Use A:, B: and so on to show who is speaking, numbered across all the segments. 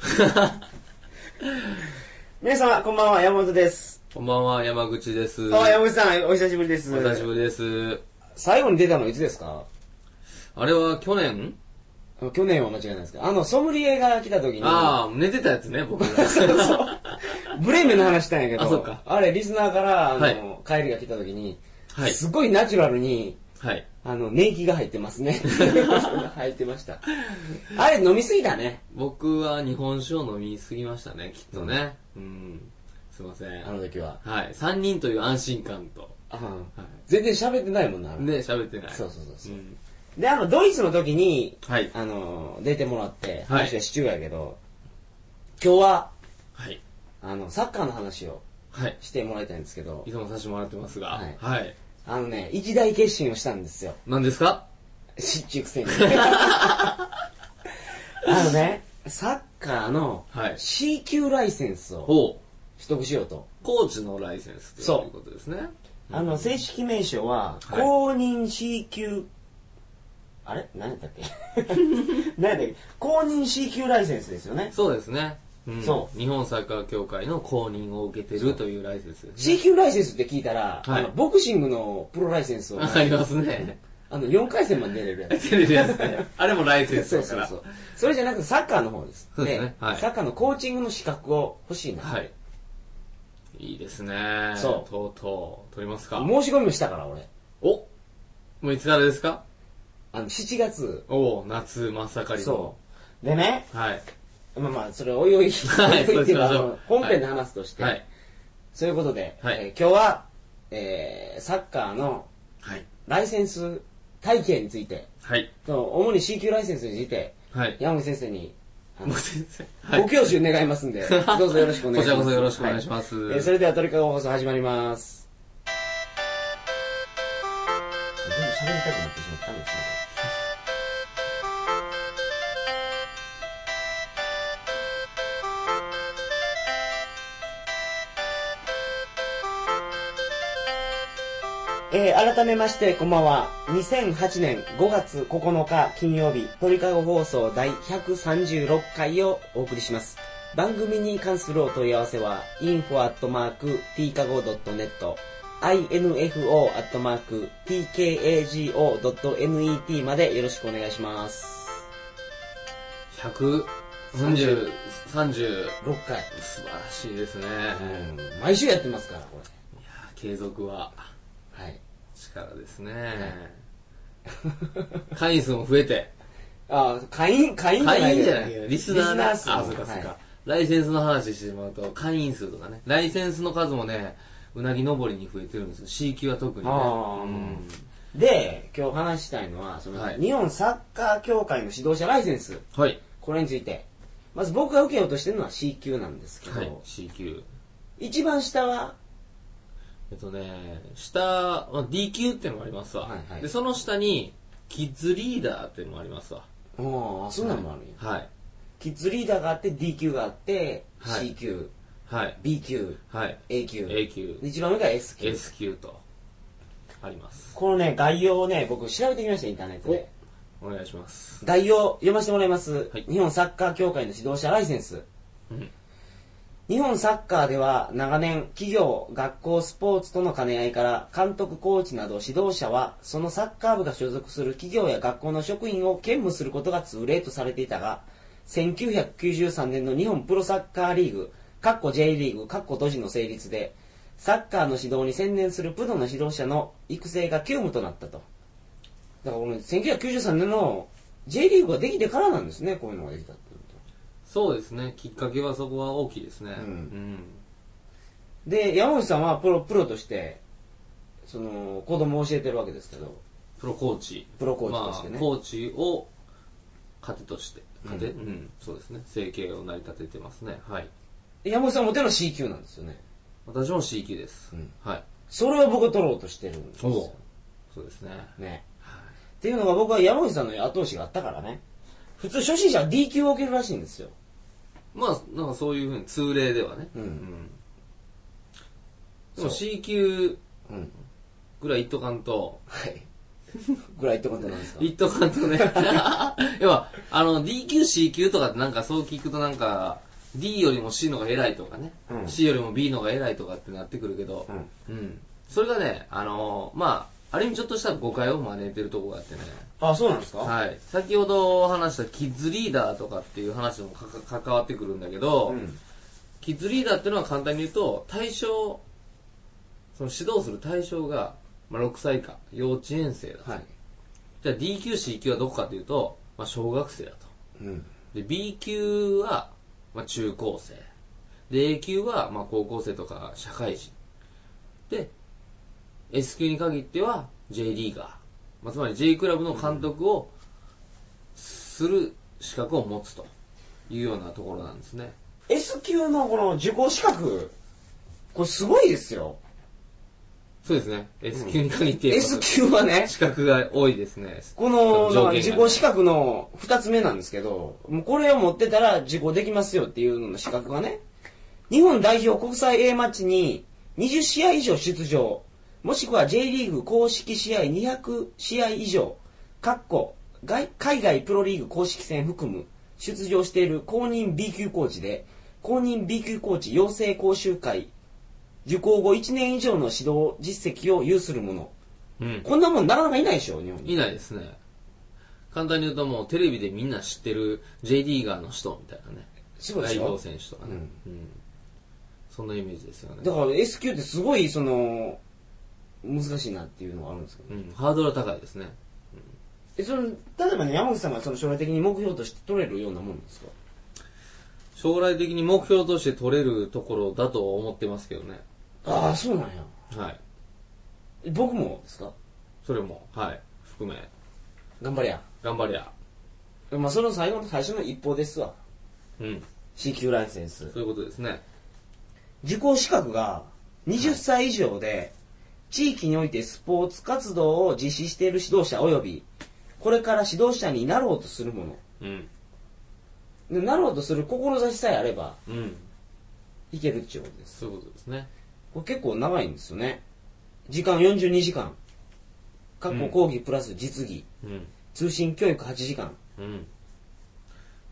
A: 皆様、こんばんは、山本です。
B: こんばんは、山口です。
A: あ、山本さん、お久しぶりです。
B: お久しぶりです。
A: 最後に出たのいつですか
B: あれは去年
A: あの去年は間違いないですけど、あの、ソムリエが来た時に、
B: ああ、寝てたやつ ね、僕ら。
A: ブレーメンの話したんやけど、
B: あそうか
A: れ、リスナーから、あの、
B: はい
A: 帰りが来た時に、
B: はい
A: すごいナチュラルに、
B: はい。
A: あの、年季が入ってます ね。入ってました。あれ、飲みすぎたね。
B: 僕は日本酒を飲みすぎましたね、きっとね。うん。すいません。
A: あ
B: は
A: の時は。
B: い。3人という安心感と。
A: うん
B: は
A: 全然喋ってないもんな。あれ
B: い。ね、喋ってない。
A: そうそうそうそう、
B: ん
A: で、あの、ドイツの時に、
B: はい。
A: あの、出てもらって、
B: はい
A: 話はシチューやけど、今日は、
B: はい。
A: あの、サッカーの話を
B: はい。
A: してもらいたいんですけど
B: い、つもさせてもらってますが。
A: はい
B: はい。
A: あのね、一大決心をしたんですよ。
B: 何ですか
A: しっちゅうくせ に。あのね、サッカーの
B: はい
A: C 級ライセンスを
B: ほう。
A: 取得しようと。
B: コーチのライセンス
A: そう
B: ということですね。
A: あの、正式名称は、
B: はい
A: 公認 C 級、あれ何やったっけ何やったっけ公認 C 級ライセンスですよね。
B: そうですね。うん
A: そう
B: 日本サッカー協会の公認を受けて
A: そう
B: るというライセンスですね。
A: C 級ライセンスって聞いたら、
B: はい
A: あのボクシングのプロライセンスを、
B: ありますね。
A: あの、4回戦まで出れるや つ。
B: テレビですね。あれもライセンス
A: そう
B: だか
A: そう
B: ら。
A: そう。それじゃなくてサッカーの方です。
B: そうですねはい
A: サッカーのコーチングの資格を欲しいな。
B: はい。いいですね。
A: そう
B: とうとう、取りますか。
A: 申し込みをしたから俺。
B: おもういつからですか
A: あの、7月。
B: おう夏真っ盛りの。
A: そう。でね、
B: う。はい。
A: まあまあ、それおいおい、
B: はい
A: おいおいっていうか
B: そうしましょう
A: あの本編で話すとして、
B: はい。
A: そういうことで、
B: はい
A: えー今日は、えーサッカーの
B: はい。
A: ライセンス体系について、
B: はい。
A: その主に C 級ライセンスについて、
B: はい。
A: 山口先生に、あ
B: も
A: の
B: う先生。はい
A: ご。教授願います んで、どうぞよろしくお願いします。
B: こちらこそよろしくお願いします
A: はえーそれでは鳥かご放送始まります。全部喋りたくなってしまったんですね。えー改めまして、こんばんは。2008年5月9日金曜日、鳥かご放送第136回をお送りします。番組に関するお問い合わせは、info.tkago.net、info.tkago.net までよろしくお願いします。
B: 100、30、30。
A: 6回。
B: 素晴らしいですね。
A: うん、毎週やってますから、こ
B: いやー継続は
A: れ。はい。
B: 力ですね。 会員数も増えて。
A: あー、会員、会員じゃない
B: 会
A: け
B: 員じ
A: ど
B: ゃないけど、リスナー
A: リ
B: な。あ、
A: ス
B: そ
A: ナー数
B: うかそう
A: はい
B: か。ライセンスの話してしまうと、会員数とかね。ライセンスの数もね、うなぎ登りに増えてるんですよ。C 級は特にね。
A: あー
B: うん
A: で、今日話したいのは、その、
B: はい
A: 日本サッカー協会の指導者ライセンス、
B: はい。
A: これについて。まず僕が受けようとしてるのは C 級なんですけど、
B: はい。C 級。
A: 一番下は、
B: えっとね、下、まあ D 級ってのもありますわ。
A: はいはい
B: で、その下に、キッズリーダーってのもありますわ。
A: ああ、そんなんもあるんや。
B: はい。
A: キッズリーダーがあって、D 級があって、
B: はい
A: C 級、
B: はい。
A: B 級、
B: はい。
A: A 級。
B: A 級
A: で、一番上が S 級。
B: S 級と、あります。
A: このね、概要をね、僕調べてきました、インターネットで。
B: お願いします。
A: 概要読ませてもらいます、
B: はい
A: 日本サッカー協会の指導者ライセンス、
B: うん
A: 日本サッカーでは長年企業学校スポーツとの兼ね合いから監督コーチなど指導者はそのサッカー部が所属する企業や学校の職員を兼務することが通例とされていたが1993年の日本プロサッカーリーグかっこ J リーグかっこ都市の成立でサッカーの指導に専念するプロの指導者の育成が急務となったとだからこの1993年の J リーグができてからなんですね、こういうのができたっていうこと。
B: そうですね。きっかけはそこは大きいですね。
A: うん
B: うん
A: で、山口さんはプロ、プロとして、その、子供を教えてるわけですけど、
B: プロコーチ。
A: プロコーチとしてね
B: まあ、コーチを糧として、
A: うん
B: 糧、うん、そうですね。生計を成り立ててますね。はい。
A: 山口さんも手の C 級なんですよね。
B: 私も C 級です。
A: うん
B: はい。
A: それを僕は取ろうとしてるんです
B: お
A: よ。
B: そうですね。
A: ね。
B: はい
A: っていうのが僕は山口さんの後押しがあったからね。普通初心者は D 級を受けるらしいんですよ。
B: まあ、なんかそういうふうに通例ではね。
A: うん
B: でも C 級
A: うん。
B: ぐらいいっとかんと、
A: はい。ぐらいってことなんですか
B: 一斗缶と ね。要は、あの、D 級、C 級とかってなんかそう聞くとなんか、D よりも C の方が偉いとかね、
A: うん
B: C よりも B の方が偉いとかってなってくるけど、うん。それがね、あのまあ、ある意味ちょっとした誤解を招いてるとこがあってね。
A: あ、そうなんですか
B: はい。先ほど話したキッズリーダーとかっていう話にもかか関わってくるんだけど、
A: うん。
B: キッズリーダーっていうのは簡単に言うと、対象、その指導する対象が、まあ、6歳以下、幼稚園生だと。
A: はい。
B: じゃあ D 級、C 級はどこかというと、まあ、小学生だと。
A: うん。
B: で、B 級は、まあ、中高生。で、A 級は、まあ、高校生とか社会人。で、S 級に限っては J リーガー。まあ、つまり J クラブの監督をする資格を持つというようなところなんですね。
A: S 級のこの受講資格、これすごいですよ。
B: そうですね。S 級に限って言えば
A: S 級はね、
B: 資格が多いですね。
A: この、
B: 条件
A: ま
B: が
A: あ
B: ね
A: 受講資格の二つ目なんですけど、もうこれを持ってたら受講できますよっていうのの資格がね、日本代表国際 A マッチに20試合以上出場、もしくは J リーグ公式試合200試合以上、かっこ外海外プロリーグ公式戦含む出場している公認 B 級コーチで、公認 B 級コーチ養成講習会、受講後1年以上の指導実績を有するもの。
B: うん。
A: こんなもんなかなかいないでしょ、日本に。
B: いないですね。簡単に言うともうテレビでみんな知ってる J リーガーの人みたいなね。
A: そうで
B: 代
A: しょ
B: 表選手とかね。うん。そんなイメージですよね。
A: だから S q ってすごいその難しいなっていうのがあるんですけど
B: うん。ハードルは高いですね。
A: えその例えばね山口さんがその将来的に目標として取れるようなもんですか
B: 将来的に目標として取れるところだと思ってますけどね。
A: ああそうなんや
B: はい。
A: え僕もですか
B: それも、はい。含め、
A: 頑張りや
B: 頑張りゃ。
A: まあその最後の最初の一歩ですわ
B: うん。
A: C 級ライセンス
B: そういうことですね。
A: 受講資格が20歳以上で、地域においてスポーツ活動を実施している指導者及びこれから指導者になろうとするもの
B: うん。
A: でなろうとする志さえあれば
B: うん。
A: いけるっていうことです
B: そういうことですね。
A: これ結構長いんですよね。時間42時間。過去講義プラス実技。
B: うん。
A: 通信教育8時間。
B: うん。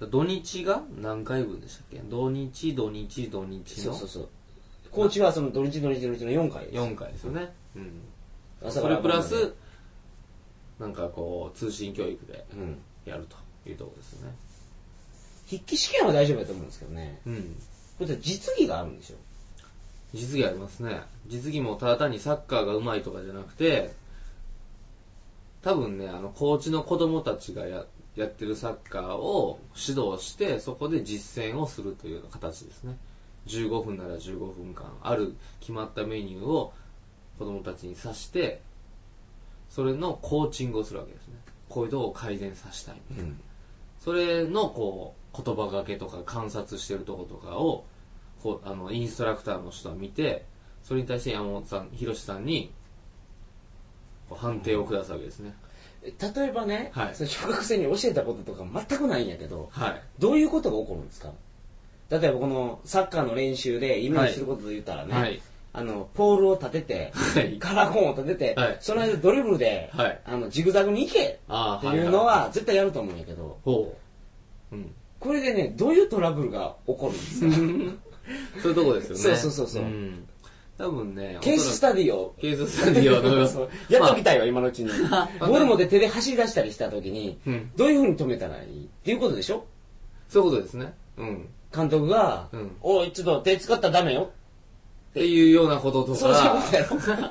B: 土日が何回分でしたっけ土日、土日、土日
A: そう
B: の
A: そうそう。コーチはその土日土日土日の4回です。
B: 4回ですよね。うん。
A: 朝
B: そ
A: から
B: れプ
A: 晩ま
B: ラ
A: で
B: ス、なんかこう、通信教育で
A: うん。
B: やるというところですよね。
A: 筆記試験は大丈夫だと思うんですけどね。
B: うん。
A: これ実技があるんでしょ。
B: 実技ありますね。実技もただ単にサッカーが上手いとかじゃなくて、多分ね、あの、コーチの子供たちがややってるサッカーを指導して、そこで実践をするというような形ですね。15分なら15分間、ある決まったメニューを子供たちに指して、それのコーチングをするわけですね。こういうとこを改善させたいみたいな。
A: うん。
B: それのこう言葉がけとか観察してるとことかをこうあのインストラクターの人は見てそれに対して山本さん広志さんにこう判定を下すわけですね、
A: 例えばね、
B: はい
A: その小学生に教えたこととか全くないんやけど、
B: はい
A: どういうことが起こるんですか例えばこのサッカーの練習でイメージすることで言ったらね、
B: はい
A: あの、ポールを立て て、
B: はい
A: カラコンを立てて、
B: はい
A: その間ドリブルで、
B: はい
A: あの、ジグザグに行け
B: あ
A: って
B: ー
A: いうの
B: い
A: は絶対やると思うんやけど、
B: いほう、うん、
A: これでね、どういうトラブルが起こるんですか
B: そういうとこですよね、
A: そうそうそうそうん
B: 多分ね
A: ケーススタディを。
B: ケーススタディをどう い
A: そううやっときたいわ、今のう ちに。ボール持って手で走り出したりした時に
B: うん、
A: どういうふうに止めたらいいっていうことでしょ
B: そういうことですねうん
A: 監督が
B: うん、
A: おい、ちょっと手使ったらダメよ。
B: っていうようなこととか。
A: そうそういうことやろ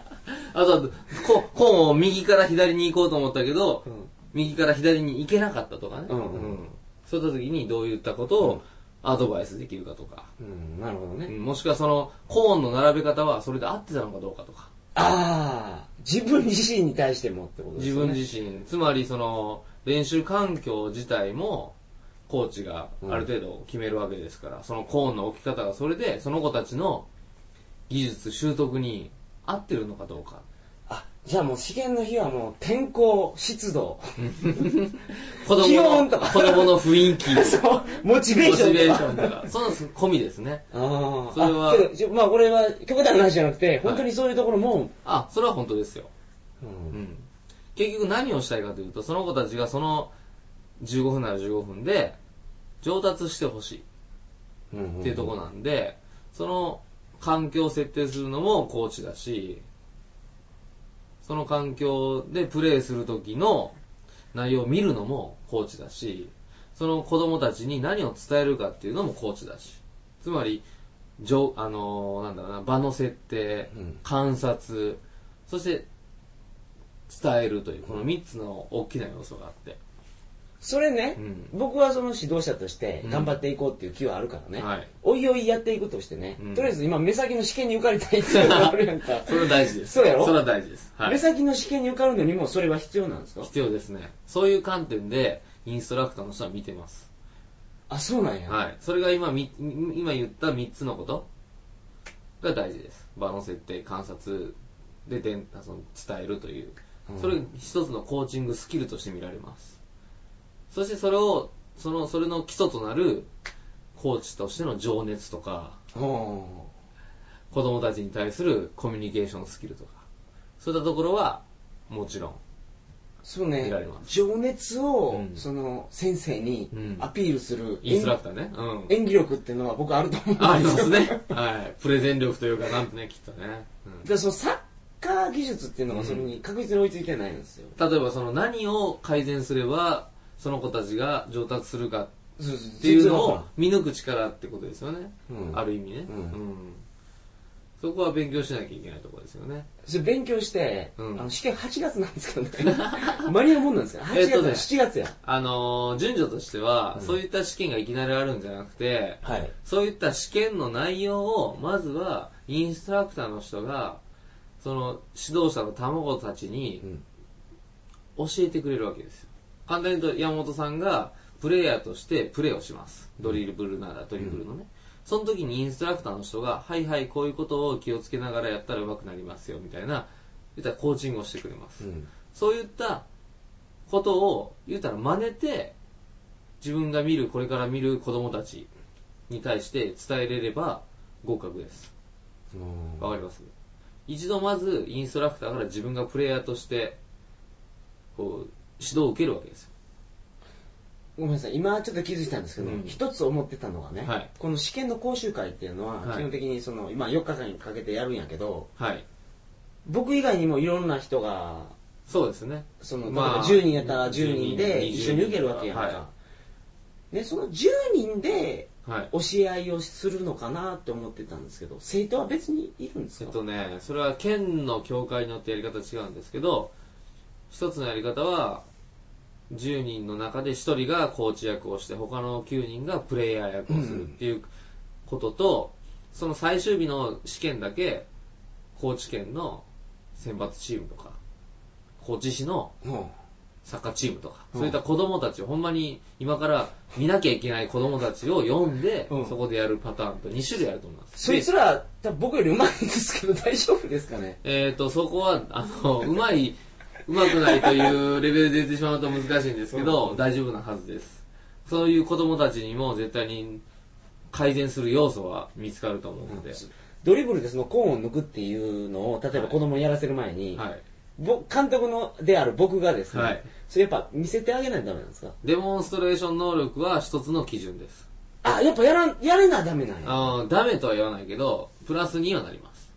B: あとは、こコーンを右から左に行こうと思ったけど、
A: うん
B: 右から左に行けなかったとかね。
A: うんうん
B: そういった時にどういったことをアドバイスできるかとか。
A: うん、なるほど
B: う
A: ね。
B: んもしくはその、コーンの並べ方はそれで合ってたのかどうかとか。
A: ああ、自分自身に対してもってことです
B: 自
A: よね。
B: 分自身、つまりその、練習環境自体も、コーチがある程度決めるわけですから、そのコーンの置き方がそれで、その子たちの技術習得に合ってるのかどうか。
A: あ、じゃあもう試験の日はもう天候、湿度、
B: 子供
A: 気温
B: の
A: とか
B: 子供の 雰囲気、モチ
A: そう、モチベーションとか。
B: ベーションとか、その込みですね。
A: ああ。
B: それは
A: あけどちょまあこれは極端な話じゃなくて、本当にそういうところも、
B: あ、それは本当ですよ。
A: う
B: うんん。結局何をしたいかというと、その子たちがその15分なら15分で上達してほしいっていうところなんで、その環境を設定するのもコーチだし、その環境でプレーする時の内容を見るのもコーチだし、その子供たちに何を伝えるかっていうのもコーチだし、つまり、じょあのーなんだろうな、場の設定、
A: うん
B: 観察、そして伝えるという、この3つの大きな要素があって。
A: それね、
B: うん
A: 僕はその指導者として頑張っていこうっていう気はあるからね、
B: はい
A: おいおいやっていくとしてね、
B: うん
A: とりあえず今目先の試験に受かりたいっていうのがあるやんか
B: それ は大事です。
A: そうやろ
B: それは大事です。は
A: 目
B: い。
A: 先の試験に受かるのにもそれは必要なんですか
B: 必要ですね。そういう観点で、インストラクターの人は見てます。
A: あそうなんや、
B: はい。それが今み、み今言った3つのことが大事です。場の設定、観察ででんその伝えるという。それ一つのコーチングスキルとして見られます。そしてそれを、その、それの基礎となるコーチとしての情熱とか、
A: ほ
B: 子供たちに対するコミュニケーションスキルとか、そういったところは、もちろん、
A: うそう
B: 見
A: ね
B: られま
A: 情熱を、
B: うん
A: その先生に
B: うん
A: アピールする
B: インストラ
A: 演
B: クターね。うん。
A: 演技力っていうのは僕あると思うんですよ
B: ありますね。はい。プレゼン力というか、なんてね、きっとね。うん
A: でそのサッカー技術っていうのがそれに確実に追いついてないんですよ、
B: 例えば、その何を改善すれば、その子たちが上達するかっ
A: そうそう
B: てい
A: 全
B: うの
A: 然わ
B: を
A: か
B: 見抜く力ってことですよね。
A: らんうん
B: ある意味ね。
A: う
B: うんん。そこは勉強しなきゃいけないところですよね。
A: それ勉強して、
B: うん
A: あの試験8月なんですけどね 間に合うもんなんですか8
B: え
A: 月
B: っ
A: や、
B: とね
A: 7月や
B: あのー順序としては、
A: うん
B: そういった試験がいきなりあるんじゃなくて、
A: はい
B: そういった試験の内容を、まずは、インストラクターの人が、その、指導者の卵たちに
A: うん、
B: 教えてくれるわけですよ。簡単に言うと、山本さんが、プレイヤーとしてプレーをします。ドリブルならドリブルのね。その時にインストラクターの人が、はいはい、こういうことを気をつけながらやったら上手くなりますよ、みたいな、言ったらコーチングをしてくれます。
A: うん
B: そういったことを言うたら真似て自分が見るこれから見る子供たちに対して伝えれれば合格ですわかります一度まずインストラクターから自分がプレイヤーとしてこう指導を受けるわけですよ
A: ごめんなさい今ちょっと気づいたんですけど、
B: うん
A: 一つ思ってたのはね、
B: はい
A: この試験の講習会っていうのは、
B: はい
A: 基本的にその今4日間にかけてやるんやけど
B: はい
A: 僕以外にもいろんな人が
B: そうですね
A: その、
B: まあ
A: 例えば10人やったら10人で
B: 10人
A: 一緒に受けるわけやんか、
B: は
A: ね、その10人で
B: はい
A: 教え合いをするのかなって思ってたんですけど生徒は別にいるんです
B: え
A: か、
B: っとねそれは県の協会によってやり方違うんですけど一つのやり方は10人の中で1人がコーチ役をして他の9人がプレイヤー役をするっていうことと、その最終日の試験だけ高知県の選抜チームとか高知市の
A: うん
B: サッカーチームとか、
A: うん
B: そういった子供たちをほんまに今から見なきゃいけない子供たちを読んで、
A: うん
B: そこでやるパターンと2種類あると思います。
A: そいつら多分僕より上手いんですけど大丈夫ですかね
B: えー、と、そこは、あの、 うまい、うまくないというレベルで言ってしまうと難しいんですけど、大丈夫なはずです。そういう子供たちにも絶対に改善する要素は見つかると思うので、
A: ドリブルでそのコーンを抜くっていうのを例えば子供にやらせる前に、
B: はい。
A: ぼ監督のである僕がですね、
B: はい
A: それやっぱ見せてあげないとダメなんですか
B: デモンストレーション能力は一つの基準です。
A: あやっぱやらんやれなダメなんやあ
B: あのダメとは言わないけど、プラスにはなります。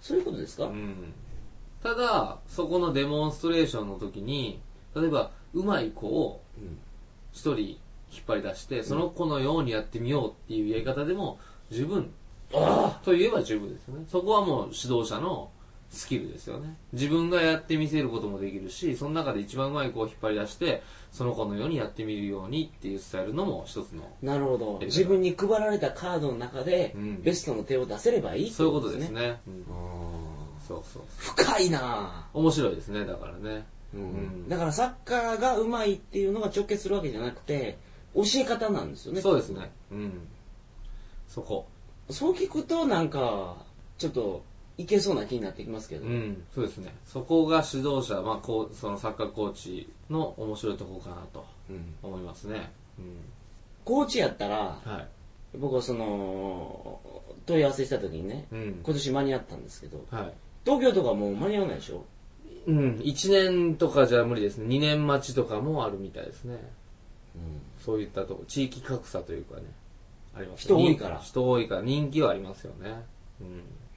A: そういうことですか、
B: うん。ただ、そこのデモンストレーションの時に、例えば、うまい子を
A: うん
B: 一人引っ張り出して、その子のようにやってみようっていうやり方でも十分
A: あ
B: と言えば十分ですよねそこはもう指導者のスキルですよね自分がやってみせることもできるしその中で一番うまい子を引っ張り出してその子のようにやってみるようにっていう伝えるのも一つの
A: あなるほど
B: ええ
A: 自分に配られたカードの中で、
B: うん
A: ベストの手を出せればいいって
B: そういうこと
A: で
B: ですす
A: ね
B: ね、うん
A: あー
B: そうそう
A: 深いな
B: 面白いですねだからね
A: ぁ、
B: うん
A: だからサッカーが上手いっていうのが直結するわけじゃなくて教え方なんですよね
B: そうですねうんそこ
A: そう聞くとなんかちょっといけそうな気になってきますけど、
B: うんそうですねそこが指導者、まあ、こうそのサッカーコーチの面白いところかなと
A: うん
B: 思いますねうん
A: コーチやったら
B: はい
A: 僕はその問い合わせした時にね、
B: うん
A: 今年間に合ったんですけど
B: はい
A: 東京とかもう間に合わないでしょ
B: うん、1年とかじゃ無理ですね。2年待ちとかもあるみたいですね。
A: うん
B: そういったとこ、地域格差というかね。あります
A: 人多いから
B: 人多いから、人気はありますよね。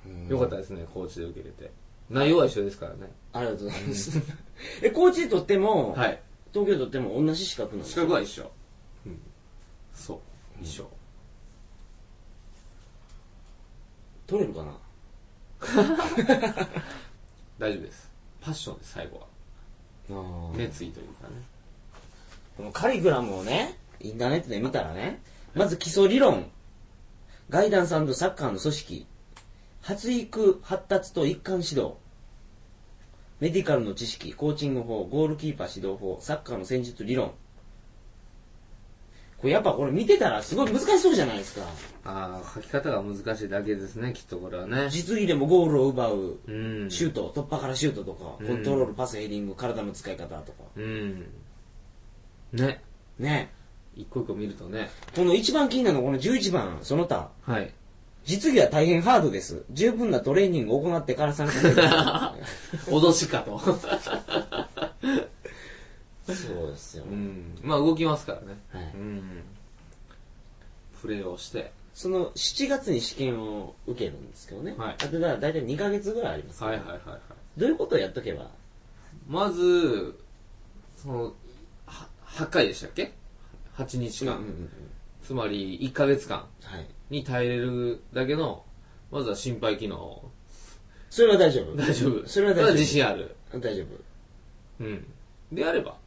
B: うん。
A: うん
B: よかったですね、高知で受けれて。内容は一緒ですからね。
A: ありがとうございます。 え、高知で取っても、
B: はい。
A: 東京で取っても同じ資格なんです
B: 資
A: か
B: 格は一緒。うん。そう。一緒。
A: 取れるかな
B: 大丈夫です。パッションです、最後は。
A: ね
B: 熱意というかね。
A: このカリグラムをね、インターネットで見たらね、まず基礎理論、ガイダンスサッカーの組織、発育、発達と一貫指導、メディカルの知識、コーチング法、ゴールキーパー指導法、サッカーの戦術理論。これやっぱこれ見てたらすごい難しそうじゃないですか。
B: ああ、書き方が難しいだけですね、きっとこれはね。
A: 実技でもゴールを奪う、
B: うん。
A: シュート、突破からシュートとか、
B: うん
A: コントロール、パス、ヘディング、体の使い方とか。
B: うん。ね。
A: ね。
B: 一個一個見るとね。
A: この一番気になるのはこの11番、その他。
B: はい。
A: 実技は大変ハードです。十分なトレーニングを行ってから参加できる。
B: 脅しかと。
A: そうですよ
B: うん。まあ動きますからね。
A: はい
B: うん。プレーをして。
A: その7月に試験を受けるんですけどね。
B: はい
A: あとだから大体2ヶ月ぐらいあります、
B: はいはいはいはい。
A: どういうことをやっとけば
B: まず、その、は8回でしたっけ ?8 日間。
A: ん、
B: つまり1ヶ月間
A: はい。
B: に耐えれるだけの、まずは心肺機能。
A: それは大丈夫。
B: 大丈夫。
A: それは大丈夫
B: 自信ある。
A: 大丈夫。
B: うん。であれば。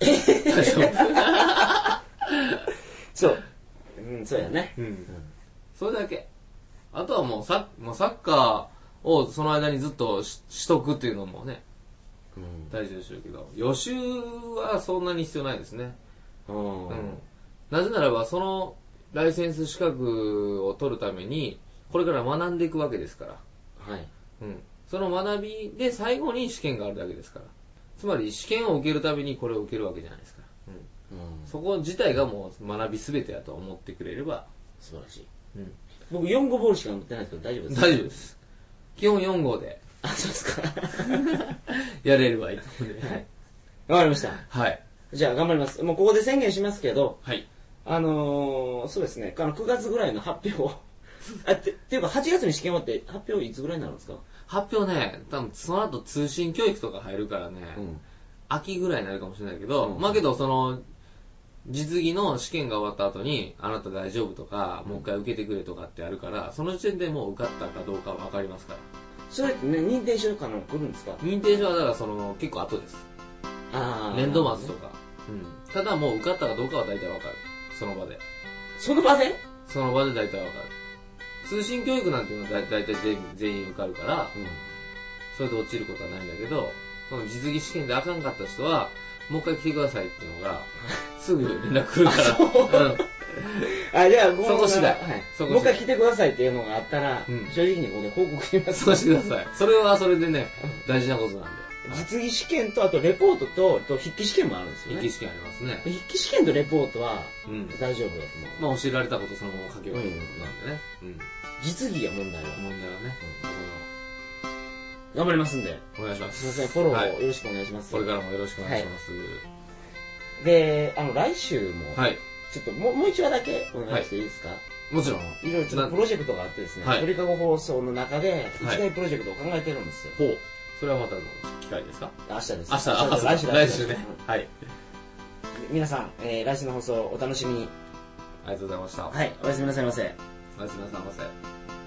B: 大丈夫。
A: そう。うん、そうやね。
B: うんそれだけ。あとはもうサッもうサッカーをその間にずっとししとくっていうのもね、
A: うん。
B: 大事でしょうけど、予習はそんなに必要ないですね。
A: うん
B: うん。なぜならば、そのライセンス資格を取るために、これから学んでいくわけですから。
A: はい。
B: うん。その学びで最後に試験があるだけですから。つまり試験を受けるためにこれを受けるわけじゃないですか。うん。
A: うん。
B: そこ自体がもう学びすべてだと思ってくれれば、
A: 素晴らしい。
B: うん。
A: 僕4号ボールしか持ってないですけど大丈夫ですか
B: 大丈夫です。基本4号で
A: あ、そうですか。 わ
B: やれればいいと思うんで。
A: かりました。
B: はい。
A: じゃあ頑張ります。もうここで宣言しますけど、
B: はい。
A: あのー、そうですね、あの9月ぐらいの発表 を。あてっていうか、8月に試験終わって、発表いつぐらいになるんですか
B: 発表ね、多分その後通信教育とか入るからね、
A: ん。
B: 秋ぐらいになるかもしれないけど、
A: うん
B: まあけどその、実技の試験が終わった後に、あなた大丈夫とか、もう一回受けてくれとかってあるから、その時点でもう受かったかどうかわかりますから。
A: それってね、認定書かの来るんですか
B: 認定書はだからその、結構後です。
A: あー
B: 年度末とか。うん。ただもう受かったかどうかは大体わかる。その場で。
A: その場で
B: その場で大体わかる。通信教育なんていうのは大体全員全員受かるから、それで落ちることはないんだけど、その実技試験であかんかった人は、もう一回来てくださいっていうの が、すぐ連絡来るから。うん。
A: あ、じゃあ、この
B: そこ次第
A: はい
B: そこ次第
A: もう一回来てくださいっていうのがあったら、
B: うん
A: 正直にここで報告します。
B: そうしてください。それはそれでね、大事なことなんで。
A: 実技試験と、あとレポートと、と筆記試験もあるんですよ
B: 筆
A: ね。
B: 記試験ありますね。
A: 筆記試験とレポートは
B: うん。
A: 大丈夫だと思う。
B: まあ教えられたことそのまま書けばいいってことなんでね。う
A: 実技や問題は。
B: ん。問題はね、
A: 頑張りますんで。
B: お願いします
A: み
B: す。
A: ません、フォロ
B: は
A: ー
B: い
A: よろしくお願いします。
B: これからもよろしくお願いします。
A: で、あの、来週も、
B: はい。
A: ちょっともう、もう一話だけお願いしていいですか、
B: もちろん。
A: い、ろいろちょっとプロジェクトがあってですね、
B: はい
A: 鳥かご放送の中で、一
B: はい
A: 大プロジェクトを考えてるんですよ。
B: ほう。それはまたの機会ですか
A: 明日です。
B: 明日、明日、
A: 来週
B: 来週ね。はい。
A: 皆さん、えー来週の放送お楽しみに。
B: ありがとうございました。
A: はい、おやすみなさいませ。
B: おやすみなさいませ。